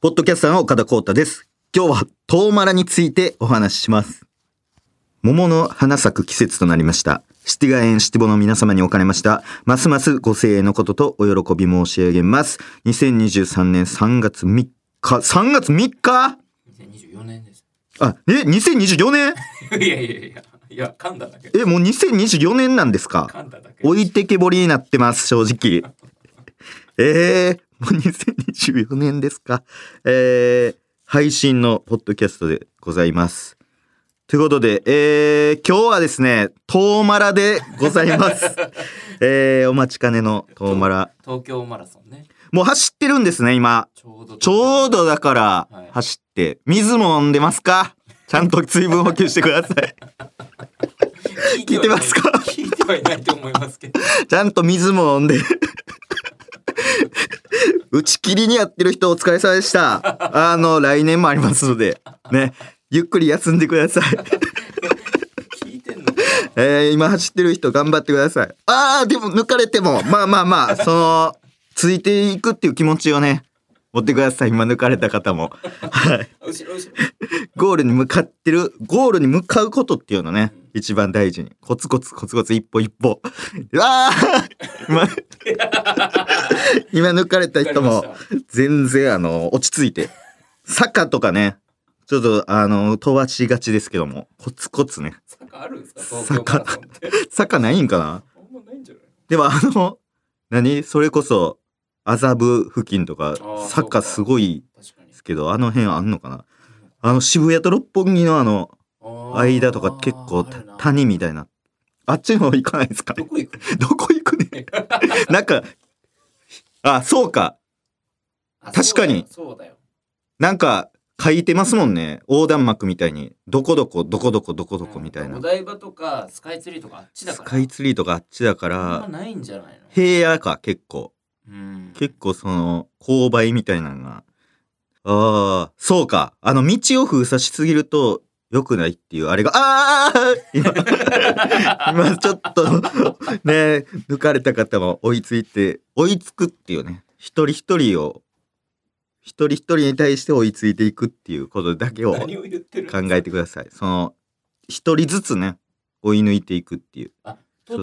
ポッドキャスターの岡田光太です。今日はトウマラについてお話しします。桃の花咲く季節となりました。七ヶ園七保の皆様におかれました。ますますご声援のこととお喜び申し上げます。2023年3月3日、3月3日2024年です。あ、え、2024年 いやいやいや、いや、噛んだだけ。え、もう2024年なんですか噛んだだけ。置いてけぼりになってます、正直。 えー、もう2024年ですか。えー、配信のポッドキャストでございます。ということで、えー、今日はですね、トーマラでございます。 えー、お待ちかねのトーマラ。東京マラソンね。もう走ってるんですね、今。ちょうど。ちょうどだからはい走って、水も飲んでますかちゃんと水分補給してください。聞いてますか聞いてはいないと思いますけど。ちゃんと水も飲んで。打ち切りにやってる人お疲れ様でした。あの、来年もありますので、ね、ゆっくり休んでください。聞いてんのかえー今走ってる人頑張ってください。あー、でも抜かれても、まあまあまあ、その、ついていくっていう気持ちをね、持ってください。今抜かれた方も。はい。な後ろ後ろ。ゴールに向かってる、ゴールに向かうことっていうのね、一番大事に。コツコツコツコツ一歩一歩。うわあ今、 今抜かれた人わもかりまし、全然あの、落ち着いて。坂とかね、ちょっとあの、飛ばしがちですけども、コツコツね。坂あるんですか東京マラソンって。坂ないんかなあんまないんじゃないでもあの、何それこそ、麻布付近とかー、そう坂かすごい確かにですけど、あの辺あんのかなあの、渋谷と六本木のあの、あー。間とか結構あるな谷みたいな。あっちの方行かないですかどねこ行 くどこ行くねなんか、あ、そうか。あ確かにそうだよ。なんか書いてますもんね。横断幕みたいに。どこどこ、どこどこ、どこそうだよどこみたいおな。台場とかスカイツリーとかあっちだスから。カイツリーとかあっちだかあんら、まないんじゃないの平野か、結構。うん。結構その、勾配みたいなのが。ああ、そうか。あの、道を封鎖しすぎると、良くないっていう、あれが、ああ今、 今ちょっと、ね、抜かれた方も追いついて、追いつくっていうね、一人一人を、一人一人に対して追いついていくっていうことだけを考 何を言ってるえてください。その、一人ずつね、追い抜いていくっていう。都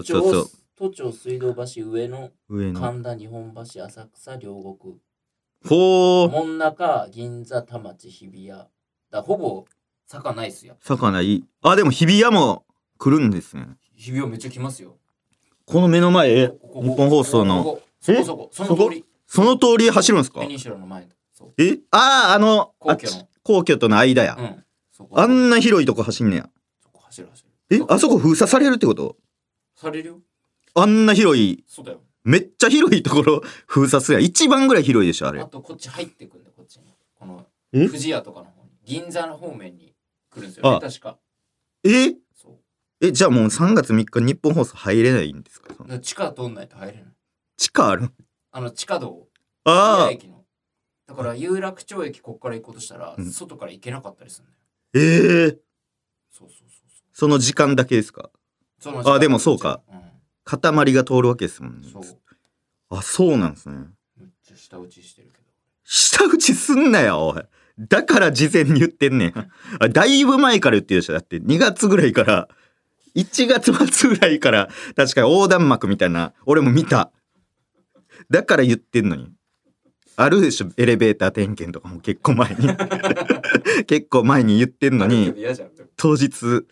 そうそう庁そ都庁水道橋上野上の。神田日本橋浅草両国ほー、真ん中銀座田町日比谷だからほぼ坂ないっすよ魚いい。あ、でも日比谷も来るんですね。日比谷めっちゃ来ますよこの目の前、えこここ日本放送のここそえこそこその通りその通り走るんですかペニンシュラの前そうえああ、あの、皇居のあっち皇居との間やう。んそこあんな広いとこ走んねや。そこ走る走るえあそこ封鎖されるってことされるよあんな広い、そうだよめっちゃ広いところ封鎖するやん。一番ぐらい広いでしょ、ああれ。とこっち入ってくんだこっちにこのえ富士屋とかの方に銀座の方面に来るんですよねあ確かえそうえ、じゃあもう3月3日日本放送入れないんですかそだのから地下通んないと入れない地下あるあの地下道をああ駅のだから有楽町駅こっから行こうとしたら、うん外から行けなかったりするんだえよえそうそうそうその時間だけですかそうその時間あでもそうか、うん、塊が通るわけですもんねそう。あ、そうなんですね。めっちゃ下打ちしてるけど下打ちすんなよ、おい。だから事前に言ってんねん。あだいぶ前から言ってるでしょ。だって2月ぐらいから、1月末ぐらいから、確かに横断幕みたいな、俺も見た。だから言ってんのに。あるでしょ、エレベーター点検とかも結構前に。 結構前に言ってんのあるにけ、ど嫌じゃんでも当日、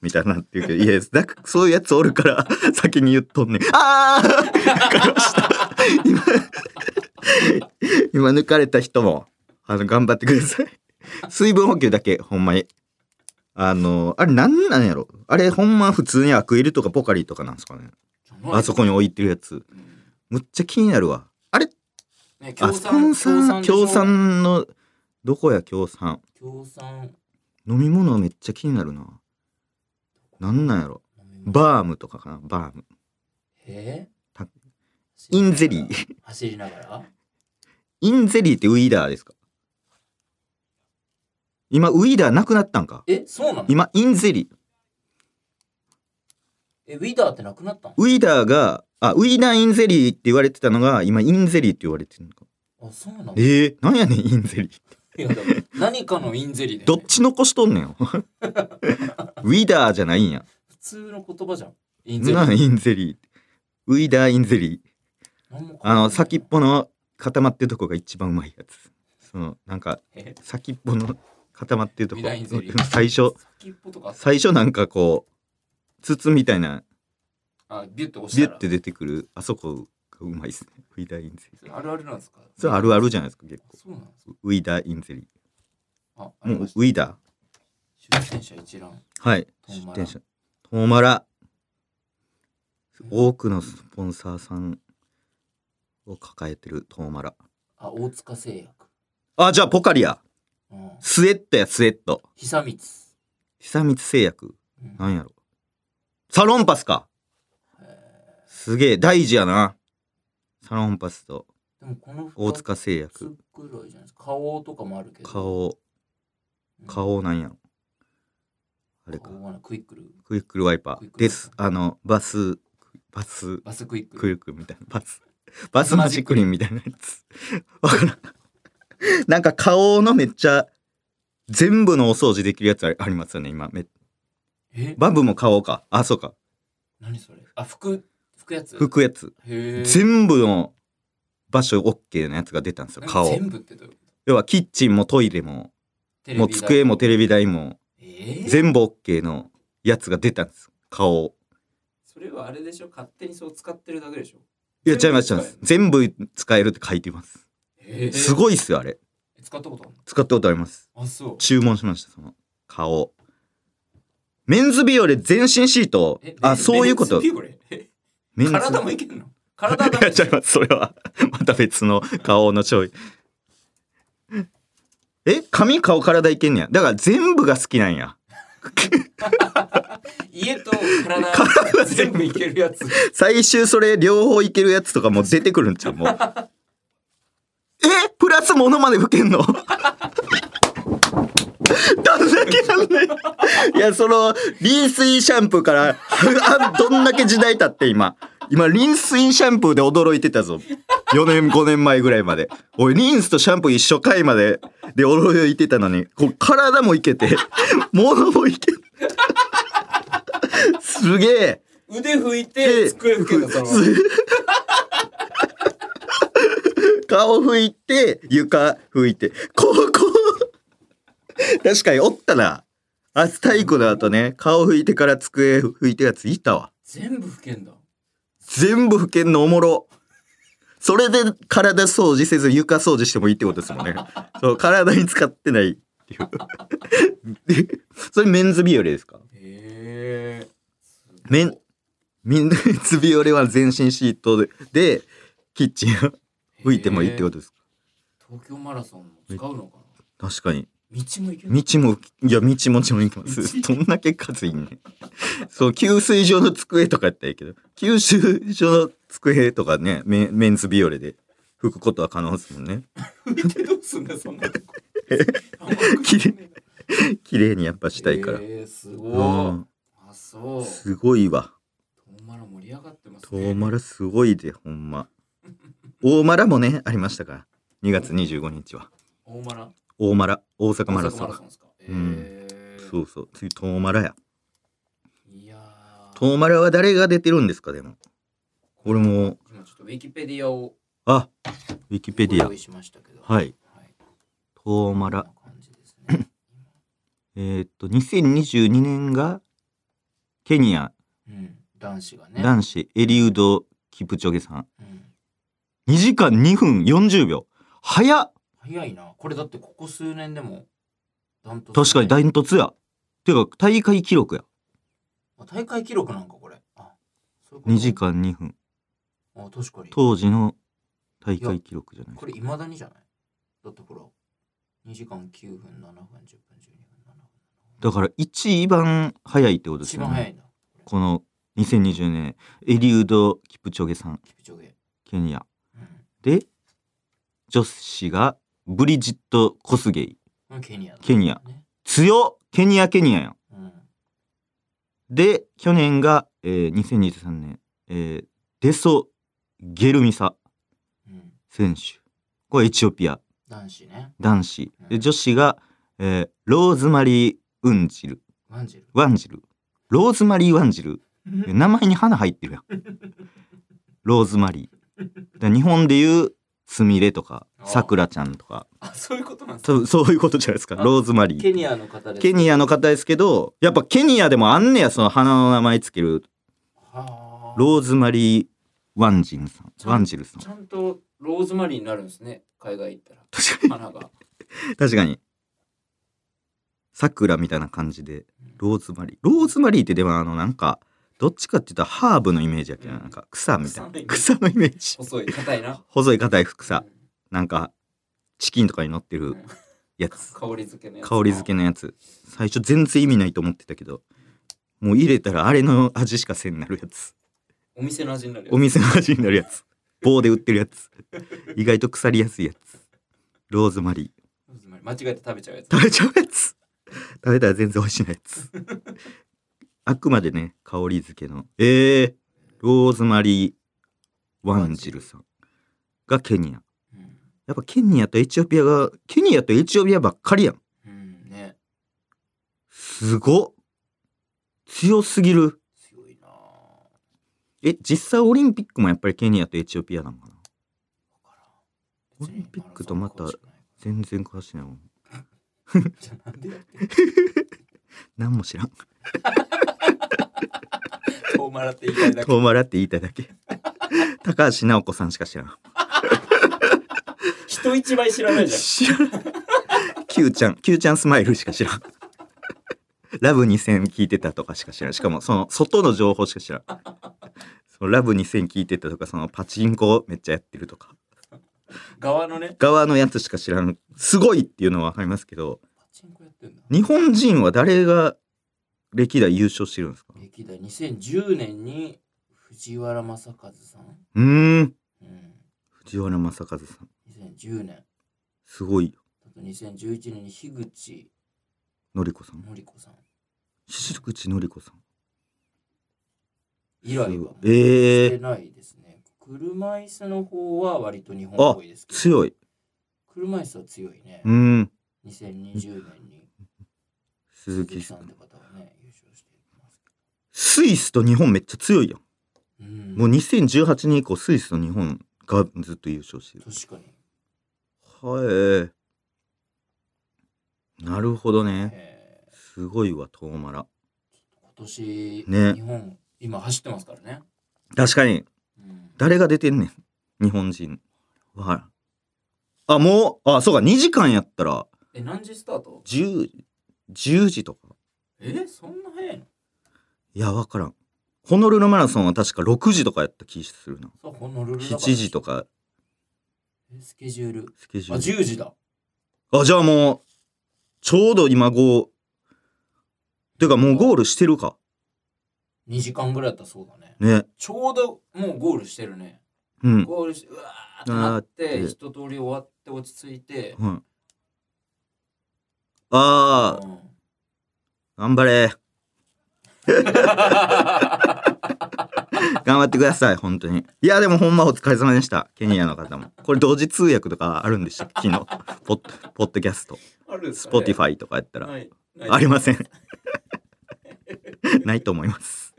みたいなっていうけど、いや、だそういうやつおるから、 先に言っとんねん。ああ 今、 今抜かれた人も、あの、頑張ってください。水分補給だけ、ほんまに。あの、あれなんなんやろあれほんま普通にアクエルとかポカリとかなんですかねじゃないあそこに置いてるやつ。うんむっちゃ気になるわ。あれねあ、共スポン産サー、共共産産の、どこや共産。でしょ共産飲み物めっちゃ気になるな。なんなんやろバームとかかなバーム。えたインゼリー。走りながらインゼリーってウィーダーですか今、ウィーダーなくなったんかえそうなの今、インゼリー。えウィダーってなくなったのウィーダーが、あ、ウィーダーインゼリーって言われてたのが、今、インゼリーって言われてるのか。あそうなのいえー、なんやねんインゼリーやだから何かのインゼリーで、ね、どっち残しとんねん よウィダーじゃないんや普通の言葉じゃんインゼリーなんインゼリーウィダーインゼリー何も書いてないあの先っぽの固まってるとこが一番うまいやつそのなんかえ先っぽの固まってるとこウィダーインゼリー最初先っぽとか最初なんかこう筒みたいなあビュッて押しビたュらッて出てくるあそこがうまいっすねウィダーインゼリーそれあるあるなんですかそれあるあるじゃないですか結あそうなんです構ウィダーインゼリかああーりもうまウしたィダ出店者一覧ーはいトーマ出ラ店者トーマラうん多くのスポンサーさんを抱えてるトーマラあ大塚製薬あじゃあポカリやうんスウェットやスウェット久光久光製薬うんなんやろサロンパスかへすげえ大事やなサロンパスとーでもこの二つ大塚製薬くらいじゃないですか顔とかもあるけど顔うん顔なんやろあれか顔はなクイックルクイックルワイパクイッークルワイパーですあのバスバスバスクイッククルイックルみたいなバ スバスマジックリンみたいなやつ わからんなんか顔のめっちゃ全部のお掃除できるやつあありますよね今めえバブも買おうかあそうか何それあ服服やつ拭くやつへー全部の場所 OK のやつが出たんですよ何顔全部ってどういうこ要はキッチンもトイレもともう机もテレビ台もえー全部 OK のやつが出たんですよ顔それはあれでしょ勝手にそう使ってるだけでしょいや違います違います全部使えるって書いてますすいごいっすよあれ使ったことある使ったことありますのあそう注文しましたその顔メンズビオレ全身シートえあレそういうこレとンズビューこれえメンズ体もいけんの体はダいメやでしちょゃいますそれは また別の顔の商品え髪顔体いけんねやだから全部が好きなんや家と 体全部いけるやつ最終それ両方いけるやつとかもう出てくるんちゃうもう えプラスものまで吹けんの どんだけなんだよいやそのリンスインシャンプーから あどんだけ時代経って今今リンスインシャンプーで驚いてたぞ4年5年前ぐらいまで俺リンスとシャンプー一緒回までで驚いてたのにこう体もいけて 物もいける すげえ腕拭いでて机拭けんのその顔拭いて床拭いてこうこう確かにおったな明日体育の後ね顔拭いてから机拭いてやついたわ全部拭けんだ全部拭けんのおもろそれで体掃除せず床掃除してもいいってことですもんねそう体に使ってないっていうでそれメンズビオレですかへえメンメンズビオレは全身シートででキッチンを拭いてもいいってことですか東京マラソンも使うのか確かにな道もいける道もいや道もちろん行きますどんだけ数いんねんそう給水所の机とかやったらいいけど給水所の机とかねメメンズビオレで拭くことは可能ですもんね拭いてどうすんだよそんなとこあんまきれい拭く綺麗にやっぱしたいから、えー、すうごいんあそうすごいわトーマラ盛り上がってますね遠丸すごいでほんま大丸もねありましたから2月25日は大マラ大丸大阪マラ大ソ阪ンマラソンですかうんえーそうそう次遠丸やいやー遠丸は誰が出てるんですかでもこれも今ちょっとウィキペディアをあウィキペディア用意しましたけどはいはい遠丸こんな感じですねえーっと2022年がケニアうん男子がね男子エリウド・キプチョゲさんうん2時間2分40秒早っ早いなこれだってここ数年でもダントツ確かにダントツやてか大会記録やあ大会記録なんかこれあそういうこと2時間2分あ確かに当時の大会記録じゃないこれいまだにじゃないだってほら2時間9分7分10分12分7分だから一番早いってことです一よ番早ねいんだこの2020年エリウド・キプチョゲさんキプチョゲケニアうんで女子がブリジット・コスゲイこれケニアだケニアね強っケニアケニアやんうんで去年が、えー、2023年、えーデソ・ゲルミサうん選手これエチオピア男子ね。男子うでん女子が、えーローズマリー・ウンジルワンジル。ワンジルローズマリー・ワンジルうん名前に花入ってるや んローズマリーだから日本でいうすみれとかあーさくらちゃんとかあ、そういうことなんですか。そうそういうことじゃないですかあローズマリーケニアの方です。ケニアの方ですけどやっぱケニアでもあんねやその花の名前つけるはあローズマリー・ワンジルさんワンジルさんちゃんとローズマリーになるんですね。海外行ったら。確かに花が。確かにさくらみたいな感じでうんローズマリーローズマリーってでもあのなんかどっちかって言ったらハーブのイメージやけどうんなんか草みたいな草草のイメージ細い、硬いな。細い硬い草うんなんかチキンとかに乗ってるうんやつ香り付けのやつ。香り付けのやつ最初全然意味ないと思ってたけどもう入れたらあれの味しかせんなるやつお店の味になるやつお店の味になるやつ棒で売ってるやつ意外と腐りやすいやつローズマリーローズマリー間違えて食べちゃうやつ。食べちゃうやつ食べたら全然美味しないやつあくまでね香り付けのえー、ローズマリー・ワンジルさんがケニアうんやっぱケニアとエチオピアがケニアとエチオピアばっかりやんうんね。すごっ強すぎる強いなあえ実際オリンピックもやっぱりケニアとエチオピアなのかなわからんオリンピックとまた別に全然詳しいないもんマラソンかもしれないじゃあなんでやってん何も知らんの遠回らって言いたいだけ遠回らって言いたいだけ 高橋尚子さんしか知らん人一倍知らないじゃん知らない。キューちゃん、キューちゃんスマイルしか知らん。ラブ2000聞いてたとかしか知らん。しかもその外の情報しか知らん。そのラブ2000聞いてたとか、そのパチンコめっちゃやってるとか。側のね側のやつしか知らん。すごいっていうのはわかりますけど、パチンコやってんだ日本人は誰が歴代優勝してるんですか歴代2010年に藤原正和さんうーん。うん藤原正和さん。 2010年すごいよ。あと2011年に樋口のりこさん。典子さんし口のりこさん。以来はもうえーしてないですね、車椅子の方は割と日本っぽいですけど強い。車椅子は強いねうーん。 2020年に鈴鈴木木ささんっんて。方はね優勝してますけスイスと日本めっちゃ強いやん。どうんもう2018年以降スイスと日本がずっと優勝してる。確かにはい。なるほどね。えーすごいわ、トーマラ。今年、ね日本今走ってますからね、確かに、うん、誰が出てんねん。日本人。わからんあ、もう、あ、そうか、2時間やったら、え何時スタート10、10時とか。えそんな早いのいや、わからん。ホノルルマラソンは確か6時とかやった気するな。さあホノルルだから7時とか、えスケジュールスケジあュール。 10時だあ、じゃあもう、ちょうど今5、てかもうゴールしてるか。 2時間ぐらいだったらそうだねね。ちょうどもうゴールしてるねうん。ゴールしてうわーってなっなーてって一通り終わって落ち着いてはい。あうあ、頑ん張れ。頑張ってください、本当に。いや、でもほんまお疲れ様でした。ケニアの方も。これ同時通訳とかあるんでしたっけ昨日。ポッ、ポッドキャスト。あるんですスかねポティファイとかやったら。ないないありません。 ないと思います。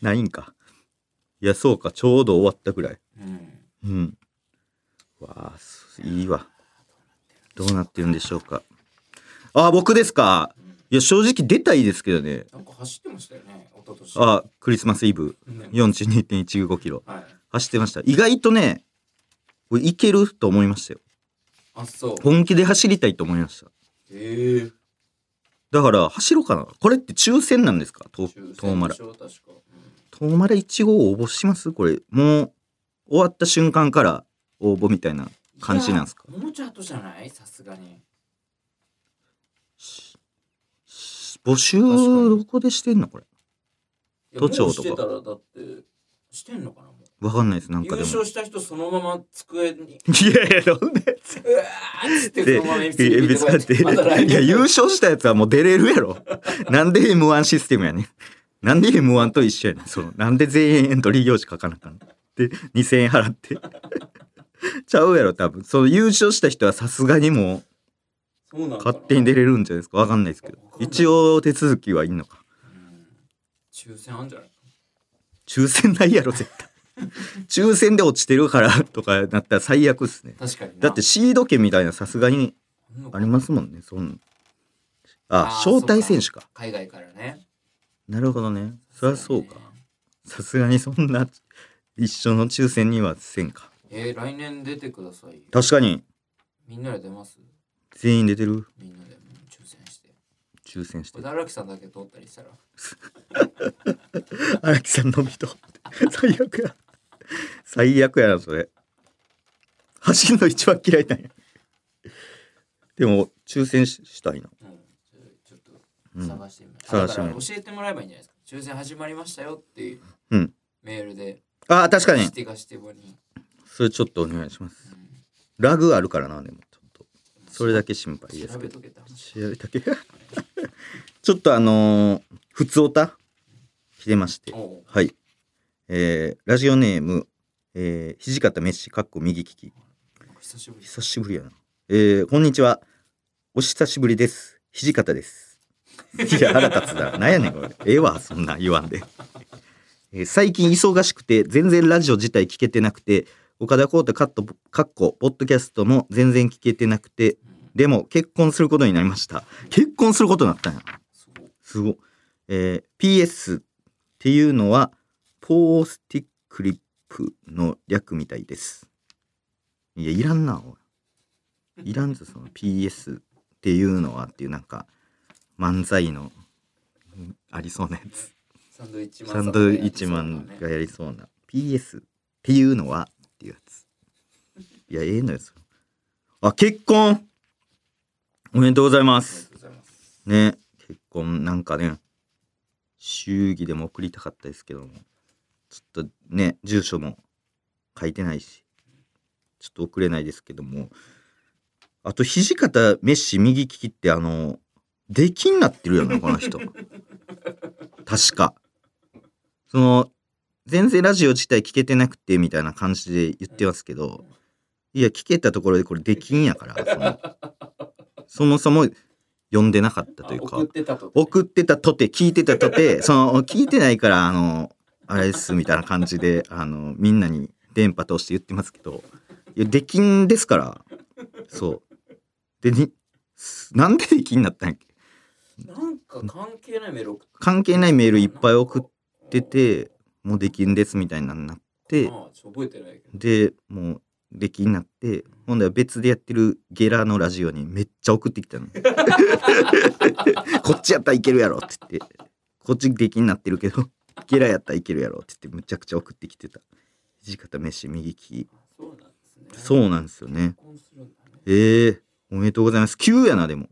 ないんか。いや、そうか。ちょうど終わったぐらい。うんうん。わあ、すいいわ。どうなってるんでしょうか。あ、僕ですか。いや、正直出たいですけどね。なんか走ってましたよね一昨年あ、クリスマスイブね42.195キロはい走ってました。意外とね、これいけると思いましたよ。あそう本気で走りたいと思いました。へえだから走ろうかな。これって抽選なんですかと抽遠選までらし。ょ確かうん遠まら1号応募しますこれ。もう終わった瞬間から応募みたいな感じなんですかいやもうちょっとじゃないさすがに募集確かにどこでしてんのこれ。都庁とかいやもうしてたらだってしてんのかなもうわかんないです。なん優かでも。勝した人そのまま 机にいやいや、どんなやつうわーっつってそのまま鉛筆えにぶ入れてつこうかやっ。っててまた来いや、年優勝したやつはもう出れるやろ。 なんで M1 システムやねん。なんで M1 と一緒やねん。その、なんで全員エントリー用紙書かなあかんので、2000円払って。 ちゃうやろ、多分。その優勝した人はさすがにもそうなんかうな勝手に出れるんじゃないですか。わかんないですけど。一応手続きはいいのか。うん抽選あんじゃない抽選ないやろ、絶対。抽選で落ちてるからとかなったら最悪っすね。確かになだってシード権みたいなさすがにあんのかありますもんね、そんああー招待選手か。海外からねなるほどね。そりゃそうかね。さすがにそんな一緒の抽選にはせんか。えー、来年出てくださいよ確かにみんなで出ます全員出てるみんなでもう抽選して抽選して これ。荒木さんだけ通ったりしたら荒木さんのみと 最悪や最悪やなそれ走るの一番嫌いなんやでも抽選ししたいな、うんちょっとうん、探してみます、探だしてかみらる教えてもらえばいいんじゃないですか抽選始まりましたよっていううんメールで、あー確かに指定がしてもに、それちょっとお願いしまうすんラグあるからなでもちょっとそれだけ心配です調けべどとけた試合だけ ちょっとあのー、普通おた来てましておうはい。えー、ラジオネーム、えー、土方メッシ、かっこ右利き。久しぶり久しぶりやな。えー、こんにちは。お久しぶりです。土方です。いや、腹立つな。なんやねん、これ。ええわ、そんなん言わんで。えー最近忙しくて、全然ラジオ自体聞けてなくて、岡田康太カット、かっこ、ポッドキャストも全然聞けてなくて、うんでも結婚することになりました。結婚することになったんや。すごいすごい。えー PS っていうのは、ポースティックリップの略みたいです。いや、いらんな、おい。いらんぞ、その PS っていうのはっていう、なんか、漫才の、うんありそうなやつ。サンドイッチマンサさンんがドやイッりチマそうンだねがやりそうな。PS っていうのはっていうやつ。いや、ええのよ、それあ、結婚おめでとうございまありすが。とうございますね結婚なんかね祝儀でも送りたかったですけどもちょっとね住所も書いてないしちょっと送れないですけどもあと土方メッシ右利きってあの出禁になってるよなこの人確かその全然ラジオ自体聞けてなくてみたいな感じで言ってますけどいや聞けたところでこれ出禁やからそのそもそも呼んでなかったというかあ送ってたと送ってたとて聞いてたとて その聞いてないからあのあれですみたいな感じであのみんなに電波通して言ってますけどいやできんですからそうでにすなんでできんなったんやっけなんか関係ないメール送っ関係ないメールいっぱい送っててもうできんですみたいなのになってああちょっと覚えてないけどでもうできんなってほんで別でやってるゲラのラジオにめっちゃ送ってき たのこっちやったらいけるやろって言ってこっちできんなってるけどゲラやったらいけるやろって言ってむちゃくちゃ送ってきてた土方飯右利きそうなんですそうなんですよねね結婚するんだねえー、おめでとうございます急やなでも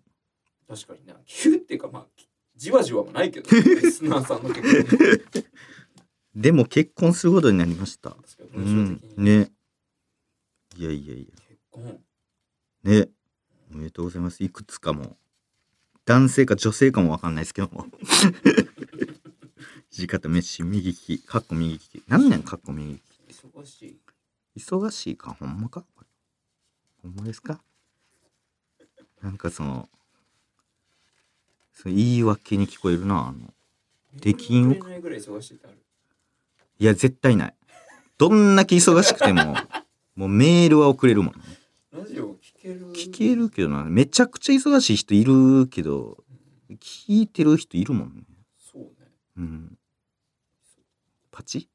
確かにな急っていうかまあじわじわもな いけどリスナーさんの結婚確でも結婚することになりましたかうに文章ん的にねいやいやい結婚やねおめでとうございますいくつかも男性か女性かもわかんないですけども土方メッシ右利きかっこ右利き何年かっこ右利忙しいき忙しいかほんまかこれほんまですかなんかそのその言い訳に聞こえるなあのできんメール送れないぐらい忙しいってあるいや絶対ないどんだけ忙しくてももうメールは送れるもんねラジオ聞ける聞けるけどなめちゃくちゃ忙しい人いるけど聞いてる人いるもんねそうねうんパチ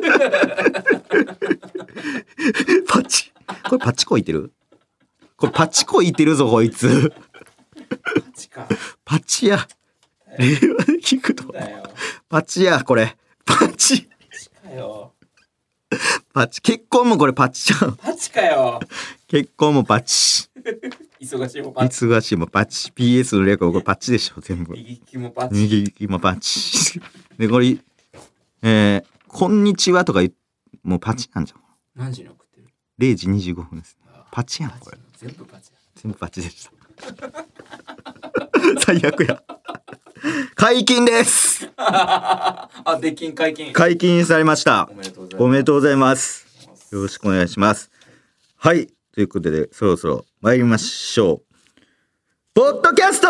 パチこれパチこいてるこれパチこいてるぞこいつマジかパチや令和で聞くとだよパチやこれパチマジかよパチ結婚もこれパチじゃんマジかよ結婚もパチ忙しいもパチ忙しいもパチ PS の略はこれパチでしょ全部右利きもパチ右利きもパチ。 で、これ、えー、こんにちはとか言っもうパチなんじゃん。何時に送ってる0時25分です。パチやん、パチこれ。全部パチや 全部パチでした。 最悪や。解禁ですあできん解禁解禁されましたお。めでとうございますおめでとうございます。よろしくお願いします。はい。ということで、そろそろ参りましょう。ポッドキャスト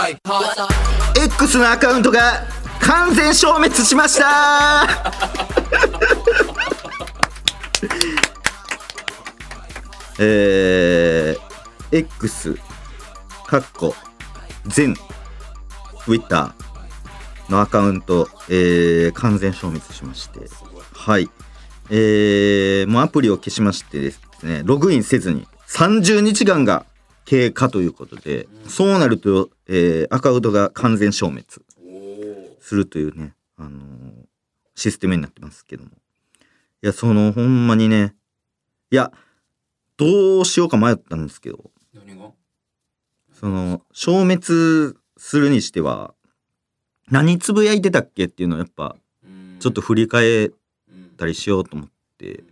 ー X のアカウントが完全消滅しましたえー、X、かっこ、全、Twitter のアカウント、えー、完全消滅しまして、すごい。はい。えー、もうアプリを消しましてですね、ログインせずに30日間が経過ということで、そうなると、えーアカウントが完全消滅おお。するというね、あのーシステムになってますけども。いや、その、ほんまにね、いや、どうしようか迷ったんですけど、何が？その、消滅するにしては、何つぶやいてたっけっていうのをやっぱ、うんちょっと振り返っうんたりしようと思って、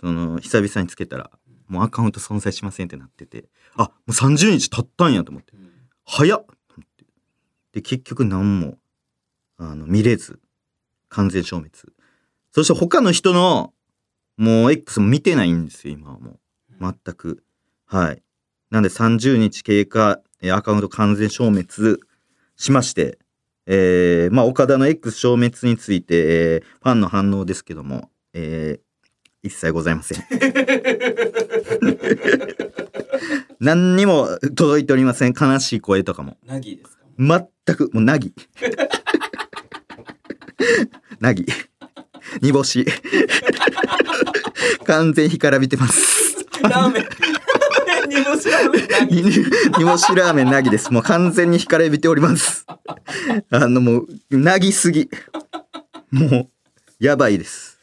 その久々につけたらもうアカウント存在しませんってなっててあもう30日経ったんやと思ってうん早っと思ってで結局何もあの見れず完全消滅そして他の人のもう X も見てないんですよ今はもう全くはいなんで30日経過えーアカウント完全消滅しましてえーまあ岡田の X 消滅について、えーファンの反応ですけども、えー一切ございません何にも届いておりません悲しい声とかもナギですか？全くもう なぎなぎ煮干し 完全干からびてますラーメン。煮干しラーメンナ煮ギ。煮干しラーメンなぎです。もう完全に惹かれびております。あのもう、なぎすぎ。もう、やばいです。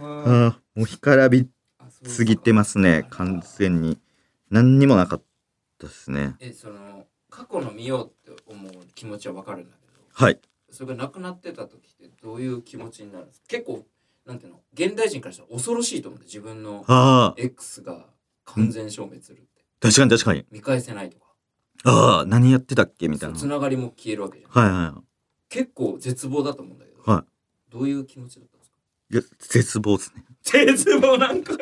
ああーもう、干からびーそうすぎてますね。完全に。何にもなかったですね。えその過去の見ようって思う気持ちはわかるんだけど。はい。それがなくなってた時ってどういう気持ちになるんですか結構なんていうの現代人からしたら恐ろしいと思って自分のああ、 X が完全消滅するって確かに確かに。見返せないとかああ、何やってたっけみたそいうな。つながりも消えるわけじゃん、はいは結構絶望だと思うんだけど、はどういう気持ちだったんですかい。いや、絶望ですね。絶望なんかい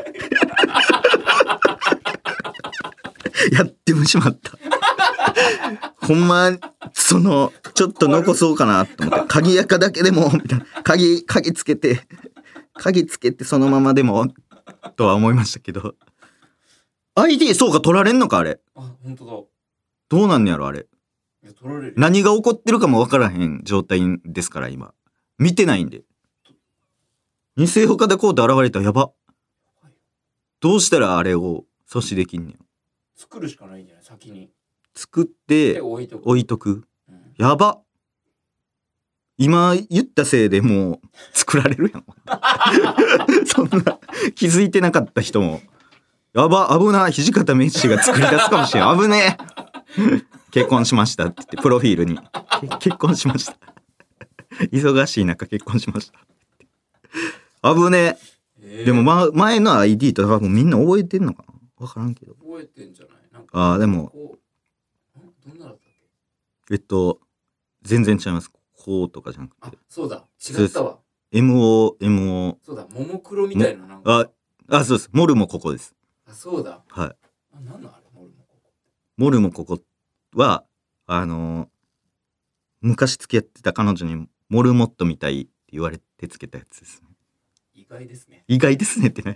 やってもしまった。ほんま、その、ちょっと残そうかなと思 って、鍵やかだけでも、みたいな。鍵、鍵つけて、鍵つけてそのままでも、とは思いましたけど。ID、そうか、取られんのか、あれ。あ本当だどうなんのやろ、あれ。いや取られる何が起こってるかもわからへん状態ですから、今。見てないんで。偽岡田コート現れたらやば。どうしたらあれを阻止できんねん。作るしかないんじゃない先に作っでて、置いとく置いとく。うんやば今言ったせいでもう作られるやんそん な気づいてなかった人もやば危ない土方メッシが作り出すかもしれん危ねえ結婚しましたって言ってプロフィールにけ結婚しました忙しい中結婚しました危ねええーでも、ま、前の ID とかもうみんな覚えてんのかな分からんけど覚えてんじゃないなんかああでもこうんどんなだったっけえっと全然違いますこうとかじゃなくあてそうだ違ったわ MOMO そうだももクロみたいななんかあ、あ、そうです。モルもここです。あそうだはい。あなんなんあれモルモコモルもここは、あのー昔付き合ってた彼女にモルモットみたいって言われてつけたやつですね。意外ですね意外ですねって何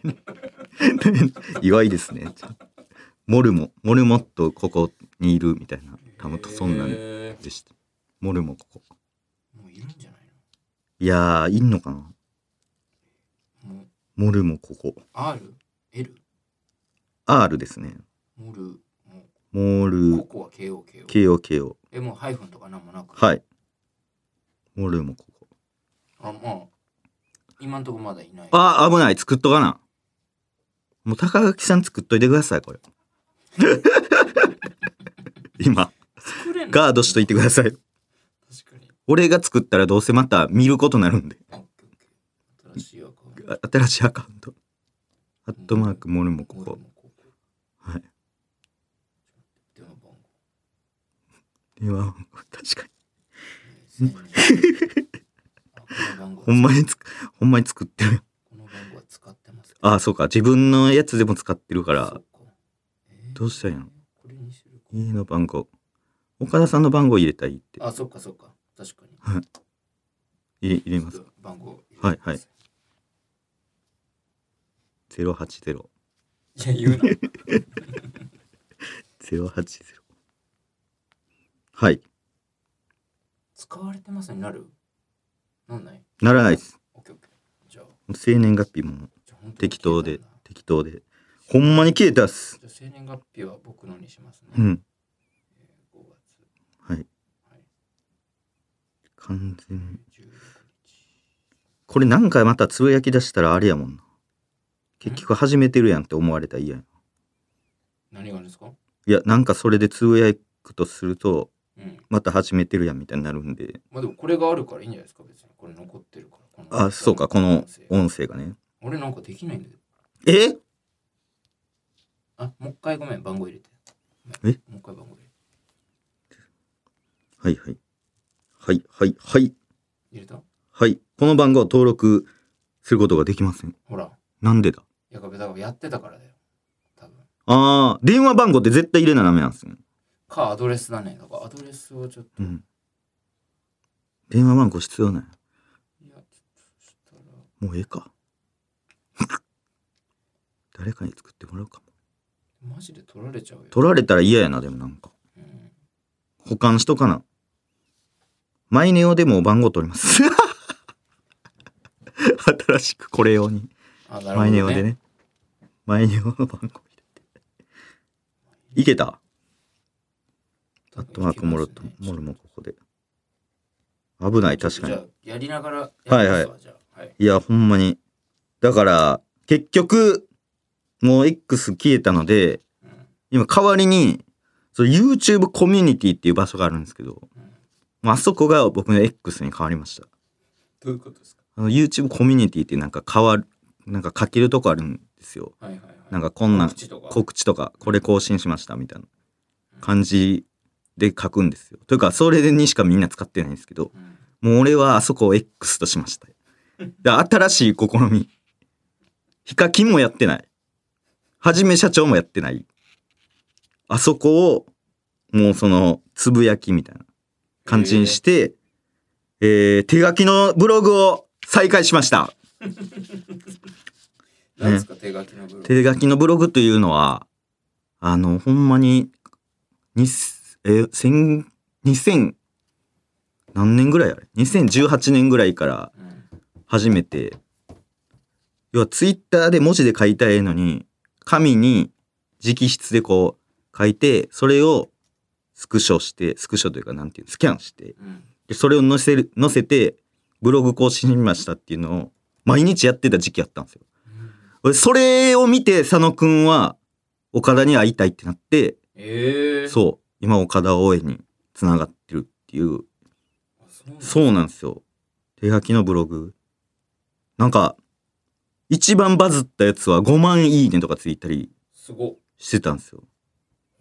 意外ですね。モルモ、モルモットここにいるみたいな。多分そんなんでへした。モルもここ。ーもういるんじゃないいやー、いんのかなのもうモルもここ。 R L R ですね。モルもモうル、ココは KO KO KOKO。えもうハイフンとかなんもなくはい。モルもここ。あもう今んとこまだいないあ、危ない。作っとかな。もう高垣さん作っといてください、これ。今、作れんのガードしといてください。確かに俺が作ったらどうせまた見ることになるんで。オッケーオッケー新しいアカウントあ新しいアカウント。アットマーク、モルモこモルこ。モココはい電話番号今、確かに。ね1000人アカの番号ほんまにつほんまに作ってるこの番号は使ってますけどああそうか自分のやつでも使ってるからそっかえーどうしたらいいのこれにするか家の番号岡田さんの番号入れたいってあそっかそっか確かに入れ入れますちょっと番号 はいはい080080じゃ言うなはい使われてますになるなんないならないですオッケーオッケーじゃあ生年月日もじゃあ本当に適当で消えたんだ適当でほんまに消えたっすじゃあ生年月日は僕のにしますね、うえーん5月はいはい完全に16日これ何回またつぶやき出したらあれやもんな結局始めてるやんって思われたら嫌や何がですかいやなんかそれでつぶやくとするとうんまた始めてるやんみたいになるんでまあでもこれがあるからいいんじゃないですか別にこれ残ってるからこのあそうかこの音声がね俺なんかできないんだけどえあもう一回ごめん番号入れてえもう一回番号入れはいはいはいはいはい入れたはいこの番号を登録することができませんほらなんでだやかべだからやってたからだよ多分あー電話番号って絶対入れなダメなんですねかアドレスだねだからアドレスをちょっうと、いん電話番号必要ないやちょっとそしたらもうええか 誰かに作ってもらうかもマジで取られちゃうよ取られたら嫌やなでもなんかうん保管しとかなマイネオでも番号取ります 新しくこれ用にあなるほど、ね、マイネオでねマイネオの番号入れていけたあとまあこもろともろもここで危ない確かじゃにあやりながらやりはいはいますわじゃあはいいやほんまにだから結局もう X 消えたのでうん今代わりにその YouTube コミュニティっていう場所があるんですけどうんまああそこが僕の X に変わりましたどういうことですかあの YouTube コミュニティってなんか変わるなんか書けるとこあるんですよはいはいはいなんかかこんなん告知とか告知とかこれ更新しましたみたいな感じで書くんですよというかそれにしかみんな使ってないんですけどうんもう俺はあそこを X としましただ新しい試みヒカキンもやってないはじめ社長もやってないあそこをもうそのつぶやきみたいな感じにして、えー手書きのブログを再開しましたなんですか手書きの部分手書きのブログというのはあのほんまににえー千2000何年ぐらいあれ2018年ぐらいからうん初めて要はツイッターで文字で書いたらええのに紙に直筆でこう書いてそれをスクショしてスクショというかなんていうのスキャンしてうんでそれを載せる載せてブログ更新しましたっていうのを毎日やってた時期やったんですよ。うん俺それを見て佐野くんは岡田に会いたいってなってええそう今岡田応援につながってるっていうあそうそなんだうなんですよ手書きのブログなんか一番バズったやつは5万いいねとかついたりすごっしてたんですよ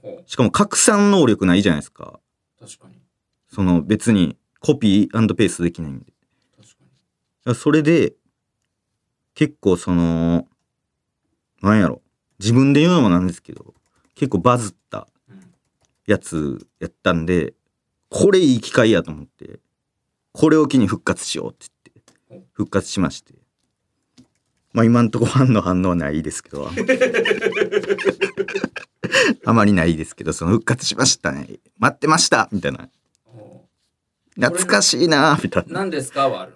ほうしかも拡散能力ないじゃないですか確かにその別にコピーペーストできないんで確かだにからそれで結構そのなんやろ自分で言うのもなんですけど結構バズったうんやつやったんでこれいい機会やと思ってこれを機に復活しようって言って復活しましてまあ今んとこファンの反応はないですけ どあまりないですけどその復活しましたね待ってましたみたいなほ懐かしいなみたいうな何ですかはある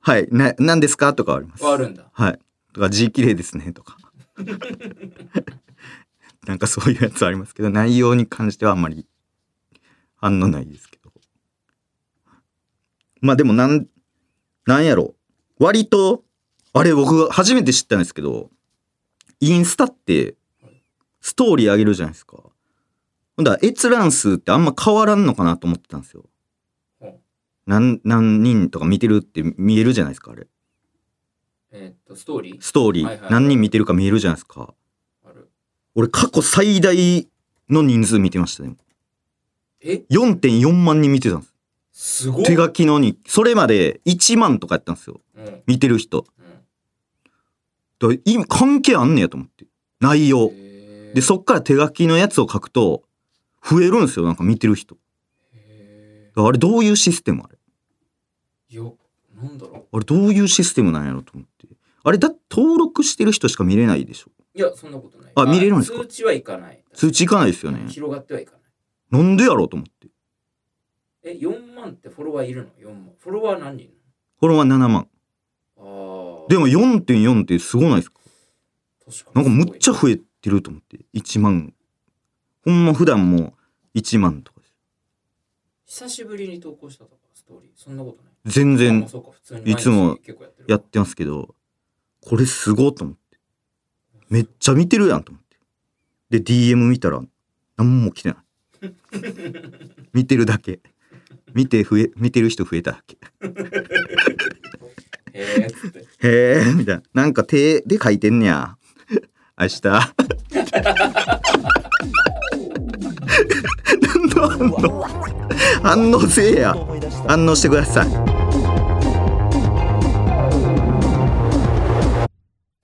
はいな何ですかとかはありますのはあるんだはい。とか、字綺麗ですね、とか。 なんかそういうやつありますけど、内容に関してはあんまり反応ないですけど。まあでも、なん、なんやろ。割と、あれ僕初めて知ったんですけど、インスタって、ストーリー上げるじゃないですか。ほんだら閲覧数ってあんま変わらんのかなと思ってたんですよ。ほう何、何人とか見てるって見えるじゃないですか、あれ。えーっとストーリーストーリー、はいはいはい何人見てるか見えるじゃないですかある俺過去最大の人数見てましたねえ4.4万人見てたんですすごい手書きのにそれまで1万とかやったんですようんうん見てる人だから今関係あんねやと思って内容へーでそっから手書きのやつを書くと増えるんですよなんか見てる人へあれどういうシステムあれーいやなんだろあれどういうシステムなんやろと思ってあれだって登録してる人しか見れないでしょういやそんなことないあま見れるんですか通知はいかない通知いかないですよね広がってはいかないなんでやろうと思ってえ4万ってフォロワーいるの4万フォロワー何人フォロワー7万あーでも4.4ってすごないですか確なかんにかむっちゃす増えてると思って1万ほんま普段も1万とかですごい久しぶりに投稿したとかストーリーそんなことない全あまあ然そうか普通に毎日いつも結構やってるやってますけどこれすごいと思ってめっちゃ見てるやんと思ってで DM 見たら何も来てない見てるだけ見て増え見てる人増えただけへえっつってへえみたいななんか手で書いてんねや 明日 何の反応反応せえや反応してください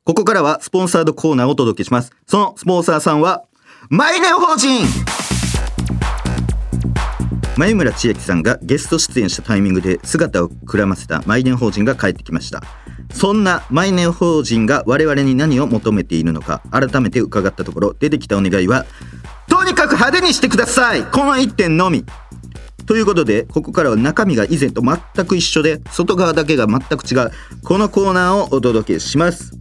ここからはスポンサードコーナーをお届けしますそのスポンサーさんはマイネオ法人前村千秋さんがゲスト出演したタイミングで姿をくらませたマイネオ法人が帰ってきましたそんなマイネオ法人が我々に何を求めているのか改めて伺ったところ出てきたお願いはとにかく派手にしてくださいこの1点のみということでここからは中身が以前と全く一緒で外側だけが全く違うこのコーナーをお届けします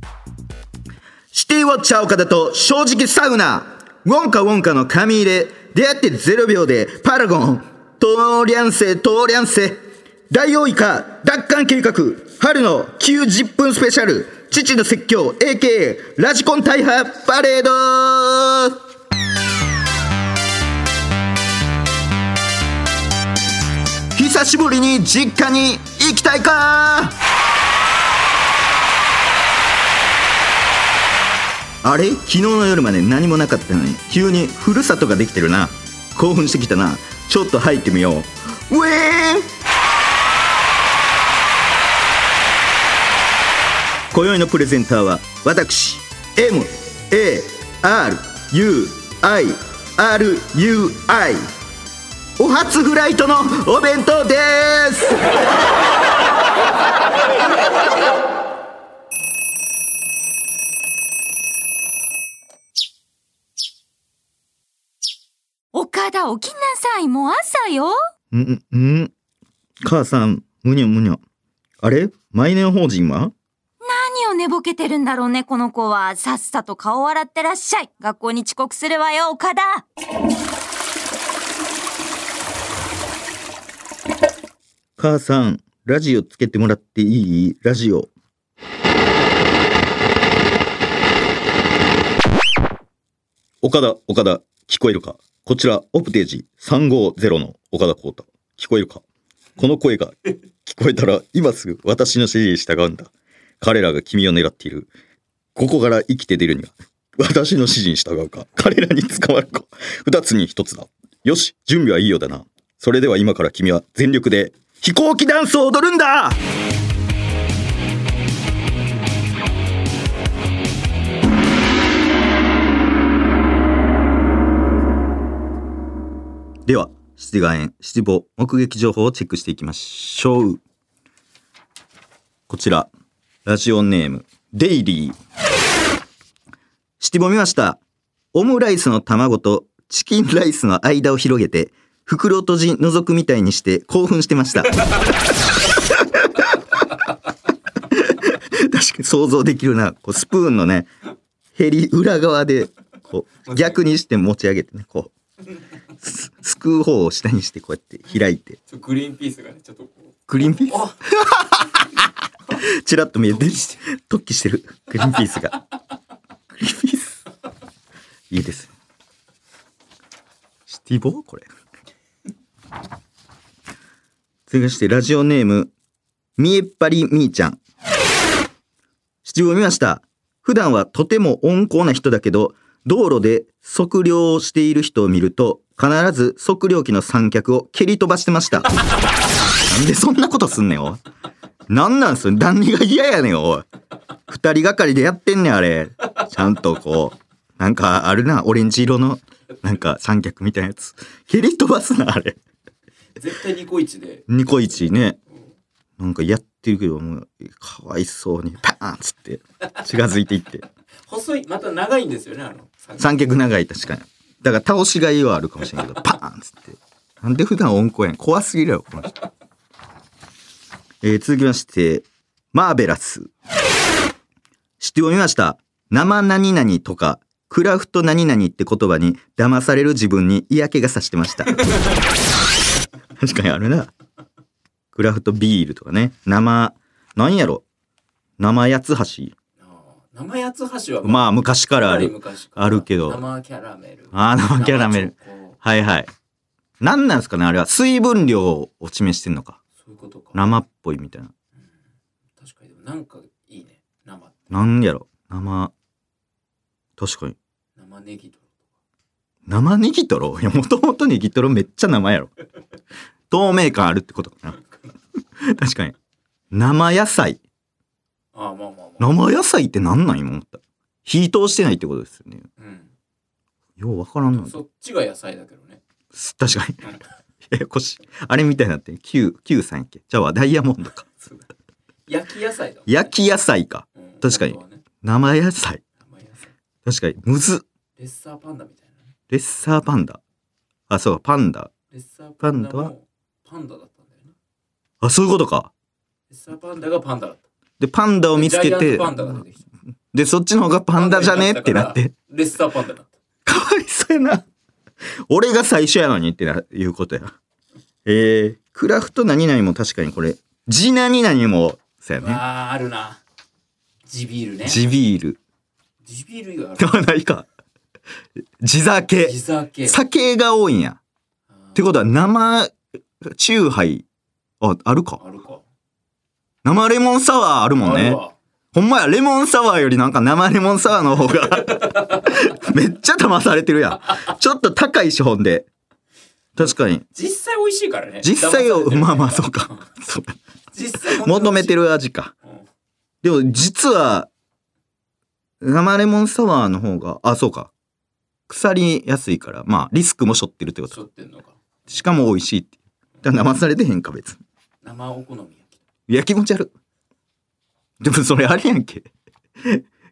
シティウォッチャー岡田と正直サウナウォンカウォンカの紙入れ出会って0秒でパラゴントーリャンセトーリャンセ大王以下奪還計画春の90分スペシャル父の説教 AKA ラジコン大破パレード久しぶりに実家に行きたいかあれ昨日の夜まで何もなかったのに急にふるさとができてるな興奮してきたなちょっと入ってみようウェーン今宵のプレゼンターは私 m a r u i r u i お初フライトのお弁当です岡田起きなさいもう朝よんん母さんむにょむにょあれ毎年法人は何を寝ぼけてるんだろうねこの子はさっさと顔洗ってらっしゃい学校に遅刻するわよ岡田母さんラジオつけてもらっていいラジオ岡田岡田聞こえるかこちらオプテージ350の岡田浩太聞こえるかこの声が聞こえたら今すぐ私の指示に従うんだ彼らが君を狙っているここから生きて出るには私の指示に従うか彼らに捕まるか二つに一つだよし準備はいいようだなそれでは今から君は全力で飛行機ダンスを踊るんだでは七眼園七望目撃情報をチェックしていきましょうこちらラジオネームデイリー七望見ましたオムライスの卵とチキンライスの間を広げて袋閉じ覗くみたいにして興奮してました 確かに想像できるなこうスプーンのねヘリ裏側でこう逆にして持ち上げてねこうすすくう方を下にしてこうやって開いてちょグリーンピースがねちょっとこうグリーンピーあス チラッと見えて突起してるグリーンピースがグリーンピースいいですシティボーこれ続きましてラジオネームみえっぱりみーちゃんシティボー見ました普段はとても温厚な人だけど道路で測量をしている人を見ると必ず測量器の三脚を蹴り飛ばしてましたなんでそんなことすんねんおいなんなんすよ何が嫌やねんおい二人がかりでやってんねんあれちゃんとこうなんかあるなオレンジ色のなんか三脚みたいなやつ蹴り飛ばすなあれ絶対ニコイチでニコイチねなんかやってるけどもうかわいそうにパーンっつって近づいていって細いまた長いんですよねあの三三脚長い確かにだから倒しがいはあるかもしれんけどパーンっつってなんで普段温厚やん怖すぎるよこの人、えー続きましてマーベラス知って読みました生何々とかクラフト何々って言葉に騙される自分に嫌気がさしてました 確かにあるなクラフトビールとかね生なんやろ生八つ橋あー生八つ橋はまあ昔からあかなりる昔からあるけど生キャラメルあー生キャラメル生チョコはいはい。なんなんですかねあれは水分量を示してんのか。そういうことか生っぽいみたいな。うん確かにでもなんかいいね生ってなんやろ生。確かに。生ネギと生ネギトロいや、もともとネギトロめっちゃ生やろ。透明感あるってことかな。 確かに。生野菜。ああまあまあまあ生野菜ってなんなん今思った。火通してないってことですよね。うようわからんなんそっちが野菜だけどね 確かに。 ややこしい。あれみたいになってる。Q、Q さんやっけじゃあダイヤモンドか。焼き野菜だもんね焼き野菜か。うん確かに本当はね生野菜。生野菜確かに。むずっ。レッサーパンダみたいなねレッサーパンダ。あ、そう、パンダ。レッサーパンダもパンダだったんだよねあ、そういうことか。レッサーパンダがパンダだったで、パンダを見つけジャイアンてト、パンダが出てきたで、そっちの方がパンダじゃねってなって、レッサーパンダだったかわいそうやな。俺が最初やのにってな、いうことや。えー、クラフト何々も確かにこれ、ジ何々も、そうやね。あーあるな地ビールねジビール。地ビール以外あでるはないか。地地酒。酒酒が多いんや。ってことは、生、チューハイ、あ、あるか。あるか生レモンサワーあるもんあねる。わほんまや、レモンサワーよりなんか生レモンサワーの方 が、めっちゃ騙されてるやん。ちょっと高い資本で。確かに。実際美味しいからね実際騙されを、てるまあまあそうか。そう実際本当求に美め味しいてる味か。うんでも実は、生レモンサワーの方が、あ、そうか。腐りやすいから、まあリスクも背負ってるってこしょと。ってんのかしかも美味しいって。だから騙されてへんか別に。生お好み焼きいや、気持ち悪い。でもそれあれやんけ。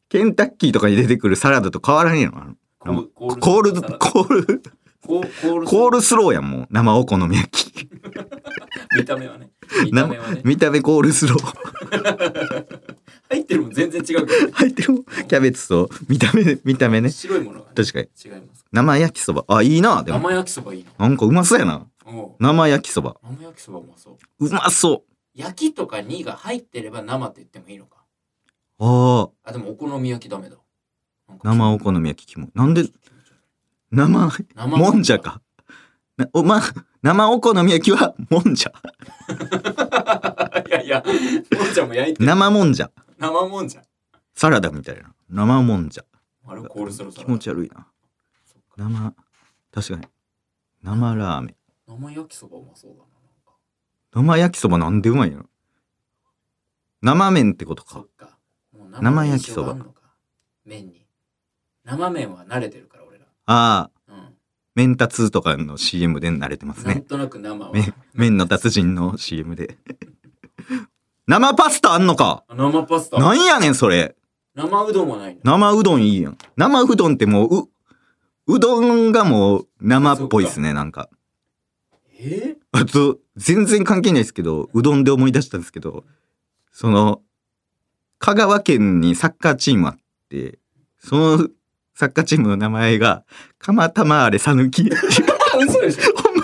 ケンタッキーとかに出てくるサラダと変わらんやろ。あのコールココール、サラダコール、コーコールコールスローやん、もう。生お好み焼 き。見た目はね見た目はね見た目コールスロー。入ってるもん全然違うけど入ってるキャベツと、見た目、見た目ね。白いものがね確かに。違います生焼きそば。あ、いいな、でも。生焼きそばいいななんかうまそうやな。おう生焼きそば。生焼きそばうまそううまそ焼きとかにが入ってれば生って言ってもいいのかう。ああ、あでもお好み焼きダメだなんか生お好み焼きキモい。なんで、生、生もんじゃか。なお、ま、生お好み焼きは、もんじゃ。 いやいやもんじゃも焼いてる生もんじゃ。生もんじゃサラダみたいな。生もんじゃ。あれコールスローサラ気ダ持ち悪いな。そっか生、確かに。生ラーメン。生焼きそばうまそうだななんか生焼きそばなんでうまいんやろ生麺ってことそかっかもう生焼きそばの印象があんのか麺に生麺は慣れてるから俺らああうん麺達とかの CM で慣れてますなんねとなく生は麺麺の達人の CM で 生パスタあんのかあ生パスタなんやねんそれ生うどんもないんだ生うどんいいやん生うどんってもうううどんがもう生っぽいですねなんかえ あと全然関係ないですけどうどんで思い出したんですけどその香川県にサッカーチームあってそのサッカーチームの名前が「釜玉あれさぬ き」ー、嘘でしょほんま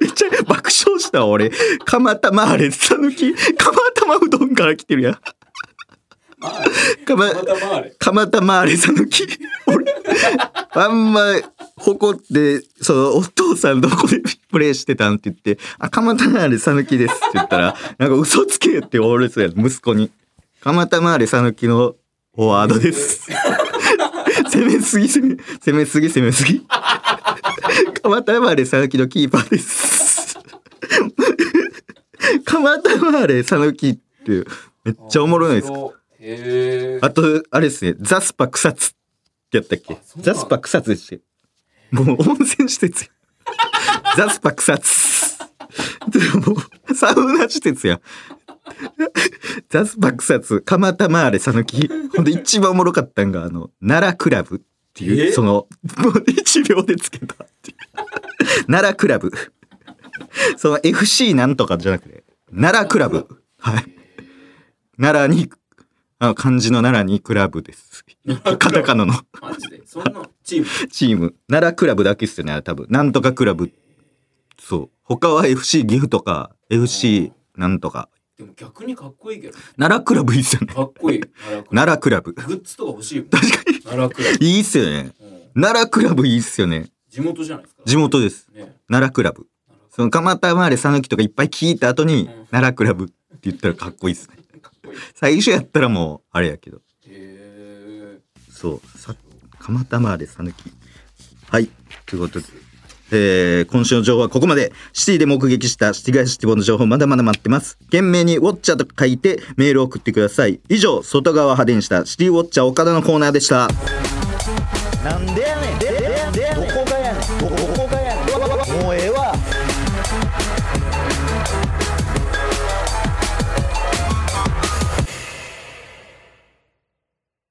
めっちゃ爆笑した俺「釜玉あれさぬき」「釜玉うどん」から来てるやんま釜あまた回れ釜玉あれさぬき 俺あんま誇ってそのお父さんどこでプレイしてたんって言って「あ釜玉あれさぬきです」って言ったら「なんか嘘つけ」って言われそうやん息子に「釜玉あれさぬきのフォワードです」攻めすぎ攻め攻めすぎ攻めすぎ蒲田生まれ讃岐のキーパーです蒲田生まれ讃岐ってめっちゃおもろないですかへえあとあれですねザスパ草津ってやったっけあそうなザんだスパ草津でしてもう温泉施 設やザスパ草津でもう サウナ施設やザスパ草津蒲田マーレ讃岐ほんで一番おもろかったんがあの奈良クラブっていえうそのもう1秒でつけたっていう奈良クラブその FC なんとかじゃなくて奈良クラブはい奈良にあの漢字の奈良にクラブですカタカナのマジでそんなチームチーム奈良クラブだけっすよねあれ多分なんとかクラブそう他は FC 岐阜とか FC なんとかでも逆にかっこいいけど奈良クラブいいっすよねかっこいい奈良クラ奈良クラブブグッズとか欲しいもん確かに奈良クラいいっすよねブ、うん奈良クラブいいっすよね地元じゃないですか地元ですね奈良クラブその蒲田生まれ讃岐とかいっぱい聞いた後にうん奈良クラブって言ったらかっこいいっすねかっこいいへ最初やったらもうあれやけどえそうさ蒲田までさぬきはいということで、えー今週の情報はここまでシティで目撃したシティガイシティボンの情報まだまだ待ってます懸命にウォッチャーと書いてメールを送ってください以上外側派手にしたシティウォッチャー岡田のコーナーでしたなんでやねんどこがやねんどこがやねんもうええわ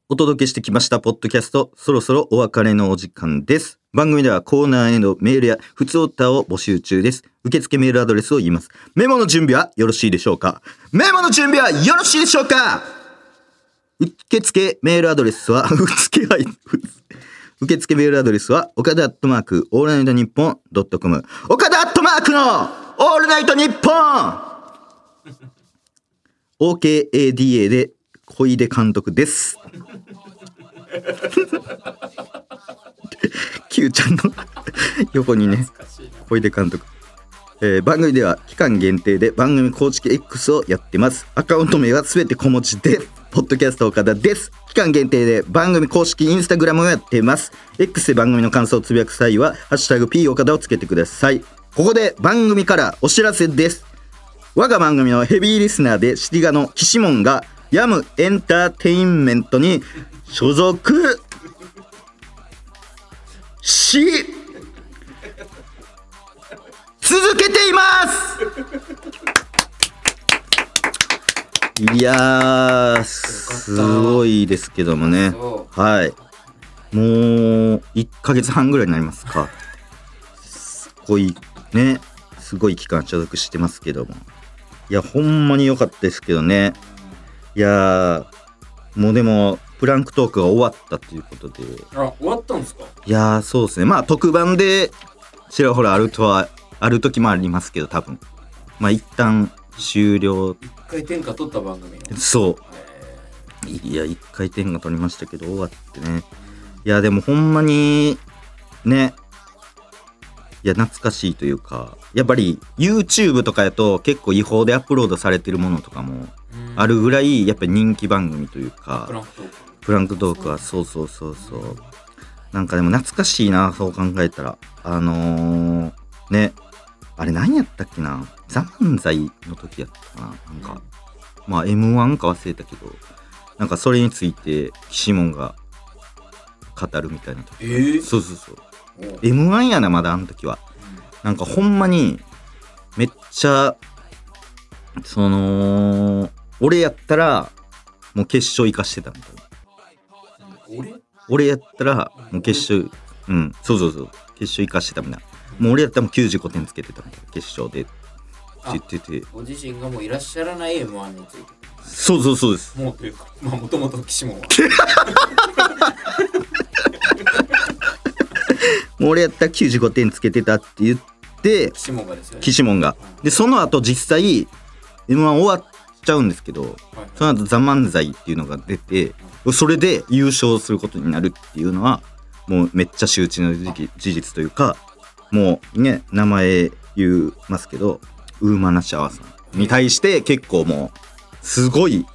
お届けしてきましたポッドキャスト、そろそろお別れのお時間です。番組ではコーナーへのメールや普通オタを募集中です。受付メールアドレスを言います。メモの準備はよろしいでしょうかメモの準備はよろしいでしょうか受付メールアドレスは、 受付はい、受付メールアドレスは、岡田アットマーク、オールナイトニッポンドットコム。岡田アットマークのオールナイトニッポン OKADA で小出監督です。Q ちゃんの横にね小出監督、えー番組では期間限定で番組公式 X をやってますアカウント名は全て小文字でポッドキャスト岡田です期間限定で番組公式インスタグラムをやってます X で番組の感想をつぶやく際は「ハッシュタグ #P 岡田」をつけてくださいここで番組からお知らせです我が番組のヘビーリスナーでシティガの岸門がヤムエンターテインメントに所属し続けていますいやーすごいですけどもねそはいもう1ヶ月半ぐらいになりますかすごいねすごい期間所属してますけどもいやほんまに良かったですけどねいやーもうでもプランクトークが終わったということでうあ終わったんですかいやーそうですねまあ特番でちらほらあるとはある時もありますけど多分まあ一旦終了一回天下取った番組のそうえいや、一回点が取りましたけど、終わってね。いや、でもほんまに、ね、いや、懐かしいというか、やっぱり YouTube とかやと結構違法でアップロードされてるものとかもーあるぐらい、やっぱ人気番組というプラか、ンクトークプランクトークはそうそうそうそう。なんかでも懐かしいな、そう考えたら。あのー、ね、あれ何やったっけな、ザ・漫才の時やったかな、なんか。まあ M1 か忘れたけど、なんかそれについて岸門が語るみたいな。えー、そうそうそう。おう M1 やな、まだあの時は。なんかほんまに、めっちゃ、その、俺やったら、もう決勝行かしてたみたいな。俺俺やったら、もう決勝、うん、そうそうそう。決勝行かしてたみたいな。もう俺やったらもう95点つけてたみたいな。決勝で。って言ってて。ご自身がもういらっしゃらない M1 についてそうそうそうです。もうというかまあもともと岸本はもう俺やったら95点つけてたって言って、岸本がですよねキシモンが。で、その後実際、M1 終わっちゃうんですけど、はいはいその後ザ・漫才っていうのが出て、それで優勝することになるっていうのは、もうめっちゃ周知の事事実というか、もうね、名前言いますけど、ウーマナシャワさんに対して結構もう、すごい、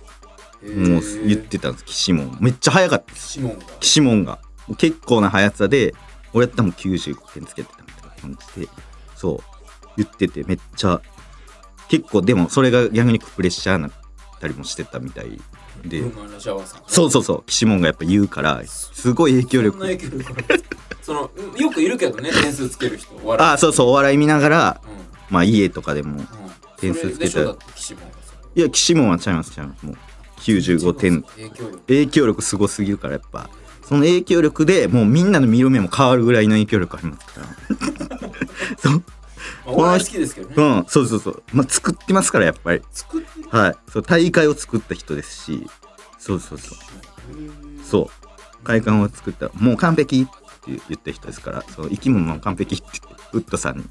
えもうー言ってたんです、キシモン。めっちゃ早かったです、岸本がキシモンが。結構な速さで俺やったらもう95点つけてたみたいな感じでそう言っててめっちゃ結構でもそれが逆にプレッシャーになったりもしてたみたいで、ウーマンラジャワーさんそうそうそう岸門がやっぱ言うからすごい影響そんな影力響力あるそのうんよくいるけどね点数つける人お笑いああそうそうお笑い見ながらうんまあ家とかでもうん点数つけたそれでしょだって岸本がそれいや岸門はちゃいますちゃいますもう95点影響力影響力すごすぎるからやっぱその影響力でもうみんなの見る目も変わるぐらいの影響力ありますからまあお笑い好きですけどねうんそうそうそうまあ作ってますからやっぱり作ってるはいそう大会を作った人ですしそうそうそうそう会館を作ったもう完璧って言った人ですからその生き物も完璧って言ってウッドさんに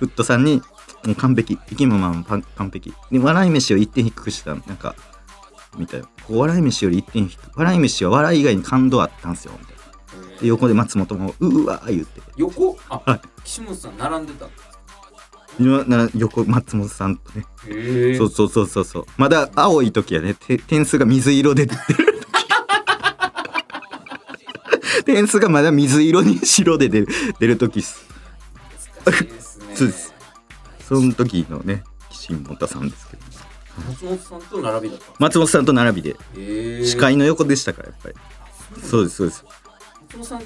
ウッドさんにもう完璧生き物もパン完璧で笑い飯を一点低くしたなんかみたいなこう笑い飯より一点低く笑い飯は笑い以外に感動あったんですよみたいなで横で松本も「ううわ」言って横はあ岸本さん並んでたへ今な横松本さんとねえそうそうそうそうそうまだ青い時やねて点数が水色で出てる時 点数がまだ水色に白で出る出る時っす難しいですねそうですその時のね岸本さんですけど松本さんと並びだった松本さんと並びでへえ司会の横でしたからやっぱりそうですそうです松本さん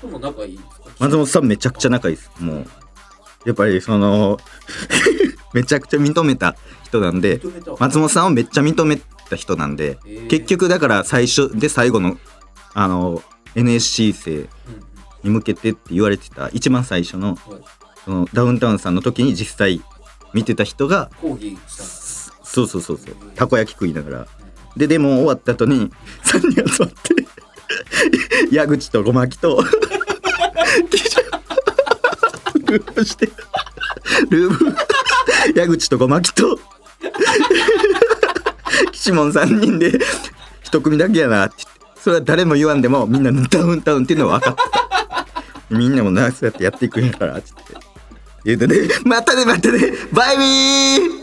とも仲いいですか松本さんめちゃくちゃ仲いいですもうやっぱりその めちゃくちゃ認めた人なんで認めた松本さんをめっちゃ認めた人なんでへー結局だから最初で最後のあの NSC 生うんうんに向けてって言われてた一番最初のはいそのダウンタウンさんの時に実際見てた人が抗議したんですそうそうそうそうたこ焼き食いながらででも終わった後に3人 集まって 矢口とごまきと ループしてループ矢口とごまきと 岸門3人で一組だけやなって言ってそれは誰も言わんでもみんなダウンタウンっていうのは分かってたみんなもなそうやってやっていくんやからって言って言うてね「またねまたねバイビー!」